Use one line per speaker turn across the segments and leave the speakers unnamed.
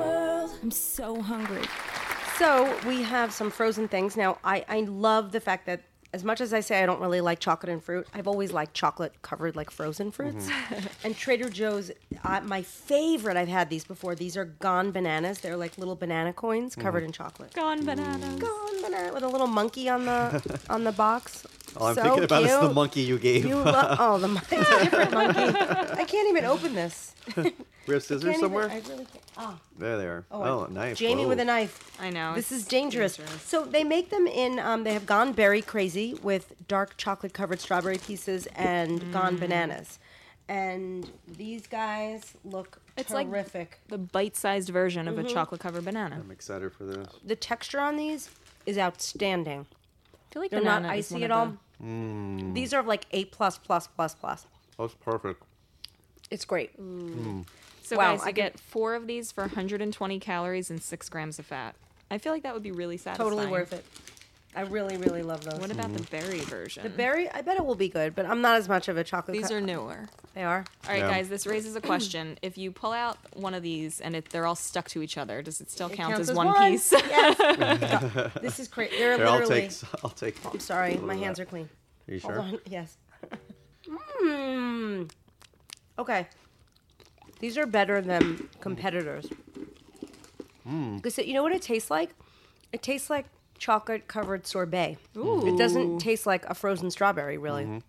I'm so hungry.
So we have some frozen things. Now, I, I love the fact that as much as I say I don't really like chocolate and fruit, I've always liked chocolate covered like frozen fruits.
Mm-hmm.
and Trader Joe's, uh, my favorite, I've had these before. These are gone bananas. They're like little banana coins covered
Mm-hmm.
in chocolate.
Gone bananas.
Gone banana with a little monkey on the on the box.
All I'm
So
thinking about is the
cute.
monkey you gave.
You love oh the mon- it's a different monkey. I can't even open this.
we have scissors
Can't even-
somewhere?
I really can't. Ah.
There they are.
I-
Oh, a knife.
Jamie
Whoa.
with a knife.
I know,
This
it's
is dangerous.
dangerous.
So they make them in. Um, they have gone berry crazy with dark chocolate covered strawberry pieces and
Mm.
gone bananas, and these guys look
It's like-
terrific.
The bite-sized version of a chocolate-covered banana.
I'm excited for this.
the texture on these is outstanding.
I feel like
They're
banana
not
is one
icy
of
at all.
the-
These are like A plus plus plus plus.
That's perfect.
It's great.
So
Wow,
guys, you
I could-
get four of these for 120 calories and six grams of fat. I feel like that would be really satisfying.
Totally worth it. I really really love those.
What about the berry version?
the berry? I bet it will be good, but I'm not as much of a chocolate.
These
cu-
are newer.
They are.
All right,
Yeah.
guys, this raises a question. if you pull out one of these and it, they're all stuck to each other, does it still count
counts
as, one, piece?
Yes. this is crazy. They're
Here, I'll
literally.
take. s- I'll take.
I'm sorry, my hands are clean.
Are you
Hold
sure?
on. Yes. Mmm. Okay. These are better than competitors. Because you know what it tastes like? It tastes like chocolate covered sorbet. It doesn't taste like a frozen strawberry, really.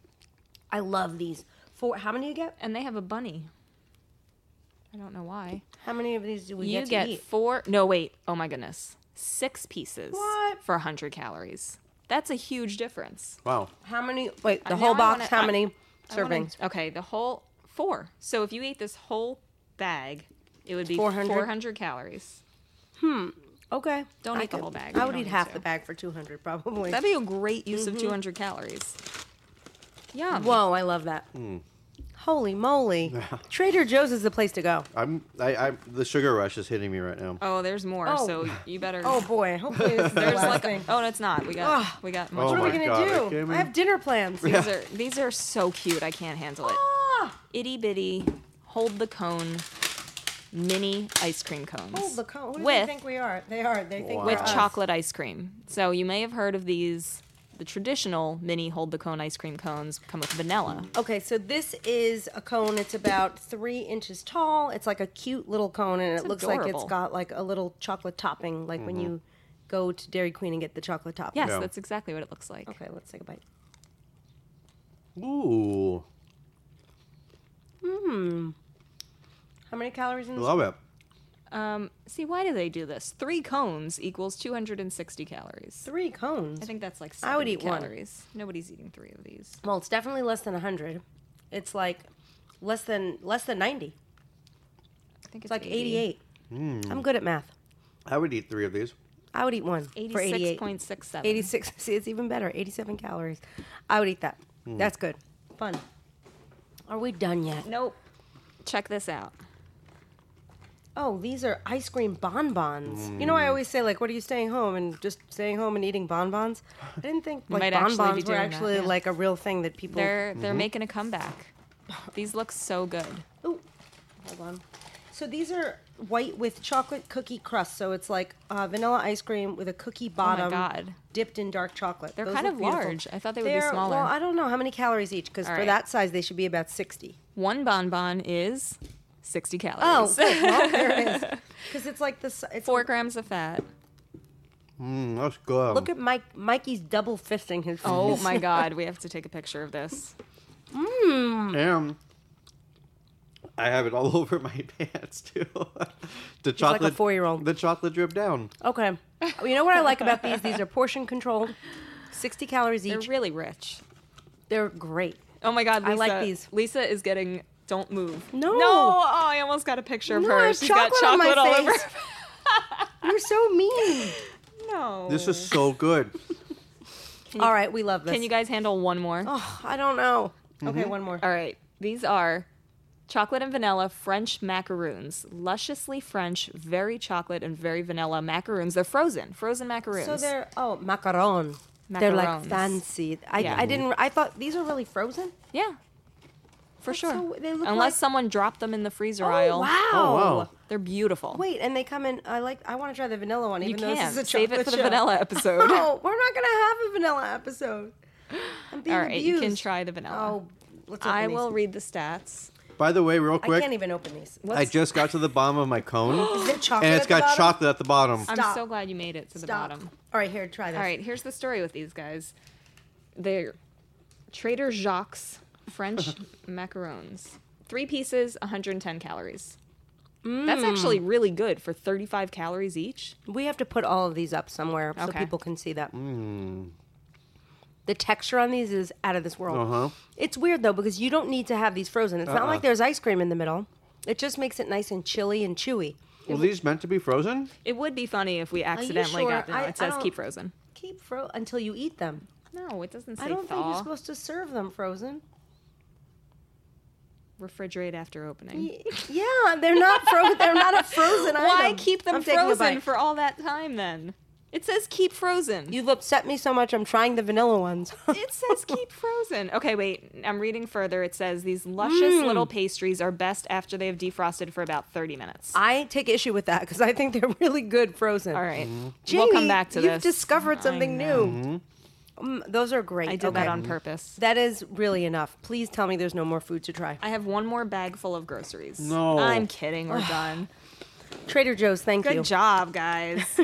I love these. For how many you get?
and they have a bunny. I don't know why.
How many of these do we
you
get to
get
eat?
four. No, wait. Oh my goodness, six pieces
What?
for 100 calories. That's a huge difference.
Wow.
How many? Wait, the
now
whole
I
box.
wanna-
how
I-
many
I wanna-
servings?
okay, the whole four. So if you ate this whole bag, it would be
400?
400, calories.
Okay.
Don't
I
eat the
could-
whole bag.
I
You
would
don't
eat
need
half
to.
the bag for 200 probably.
That'd be a great use
Mm-hmm.
of 200 calories. Yum.
Whoa, I love that. Holy moly. Trader Joe's is the place to go.
I'm. I, I. The sugar rush is hitting me right now.
Oh, there's more.
Oh.
So you better.
Oh boy, hopefully this is the
there's
last
like. A,
thing.
oh, no, it's not. We got.
Ugh.
We got
Oh
much
what are
more.
we
my
gonna
God, are you
do?
kidding
I
me?
have dinner plans.
These are these are so cute. I can't handle it.
Ah,
Itty bitty, hold the cone, mini ice cream cones.
hold Oh, the cone. Who do they
With-
think we are? They are. They think
Wow.
we're
with
us.
chocolate ice cream. So you may have heard of these. The traditional mini hold the cone ice cream cones come with vanilla.
Okay, so this is a cone. It's about three inches tall. It's like a cute little cone, and it looks like
adorable.
it's got like a little chocolate topping, like when you go to Dairy Queen and get the chocolate topping.
Yes,
Yeah.
that's exactly what it looks like.
Okay, let's take a bite.
Ooh.
How many calories in this?
Love it.
Um, see, why do they do this? Three cones equals 260 calories.
Three cones.
I think that's like 70
I would eat one.
calories. Nobody's eating three of these.
Well, it's definitely less than 100. It's like less than less than 90. It's,
I think it's,
like 88. I'm good at math.
I would eat three of these.
I would eat one for 88.
86.67.
86. See, it's even better. 87 calories. I would eat that. That's good. Fun. Are we done yet?
Nope. Check this out.
Oh, these are ice cream bonbons. You know, I always say like, "What are you staying home and just staying home and eating bonbons?" I didn't think like
might actually be
bonbons were
doing that,
actually
yeah.
like a real thing that people.
They're they're making a comeback. These look so good.
Oh, hold on. So these are white with chocolate cookie crust. So it's like uh, vanilla ice cream with a cookie bottom,
Oh God.
dipped in dark chocolate.
They're
Those
kind
look
of
beautiful.
large. I thought they would be
They're-
smaller.
Well, I don't know how many calories each because
All
for
right.
that size they should be about sixty.
One bonbon is 60
Oh,
calories.
well, there it is. Because it's like this. It's
Four grams of fat.
Mm, that's good.
Look at Mike. Mikey's double fisting his.
Oh
fingers.
my God, we have to take a picture of this.
And I have it all over my pants too. the chocolate.
four-year-old.
The chocolate drip down.
Okay. Oh, You know what I like about these? These are portion controlled, sixty calories
They're
each.
really rich.
They're great.
Oh my God, Lisa.
I like these.
Lisa is getting. Don't move.
No.
No. Oh, I almost got a picture of
No, I
her.
have
She's got
chocolate on my
chocolate all over.
face. You're so mean.
no.
This is
Oh.
so good.
All right, we love this.
Mm.
Mm-hmm.
Can you guys handle one more?
Oh, I don't know. Okay, one more.
All right. These are chocolate and vanilla French macaroons. Lusciously French, very chocolate and very vanilla macaroons. They're frozen, frozen macaroons.
So they're oh macaron. They're like
Macarons.
fancy. I,
Yeah.
I didn't. I thought these are really frozen.
yeah. For sure.
so- they look
Unless
like-
someone dropped them in the freezer
Oh
aisle.
wow!
Oh, wow.
They're beautiful.
Wait, and they come in. I like. I want to try the vanilla one, even
you
though
can
this is a
save it
chocolate Oh,
for the
show.
vanilla episode.
No, we're not gonna have a vanilla episode. I'm being
All right, you
abused.
can try the vanilla.
Oh, let's. Open
I
these.
will read the stats.
By the way, real
I
quick,
can't even open these.
I just got to the bottom of my cone,
Is it chocolate?
and it's
at the
got
bottom?
chocolate at the bottom.
I'm
Stop.
so glad you made it to the
Stop.
bottom.
All right, here, try this.
All right, here's the story with these guys. They're Trader Jacques French macarons. Three pieces, 110 calories. That's
Mm.
actually really good for 35 calories each.
We have to put all of these up somewhere so
Okay.
people can see that.
Hmm.
The texture on these is out of this world.
Uh-huh.
It's weird though because you don't need to have these frozen. It's not
Uh-uh.
like there's ice cream in the middle. It just makes it nice and chilly and chewy.
Were these meant to be frozen?
It would be funny if we accidentally
sure?
got them.
I- I
it says
don't-
keep frozen.
Keep fro until you eat them.
No, it doesn't say
I don't think
thaw.
you're supposed to serve them frozen.
Refrigerate after opening.
Y- Yeah, they're not frozen. they're not a frozen item.
Why keep them
I'm taking a
frozen
bite.
for all that time then? It says keep frozen.
You've upset me so much. I'm trying the vanilla ones.
it says keep frozen. Okay, wait. I'm reading further. It says these luscious
Hmm.
little pastries are best after they have defrosted for about 30 minutes.
I take issue with that because I think they're really good frozen.
All right.
Jamie,
we'll come back to
you've
this.
discovered something
know.
new. Mm, those are great.
I did
Okay.
that on purpose.
That is really enough. Please tell me there's no more food to try.
I have one more bag full of groceries.
No.
I'm kidding. We're done.
Trader Joe's, thank
Good
you.
job, guys.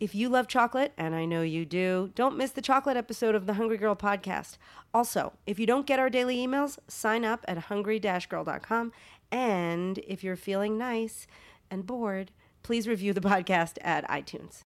If you love chocolate, and I know you do, don't miss the chocolate episode of the Hungry Girl podcast. Also, if you don't get our daily emails, sign up at hungry-girl.com. And if you're feeling nice and bored, please review the podcast at iTunes.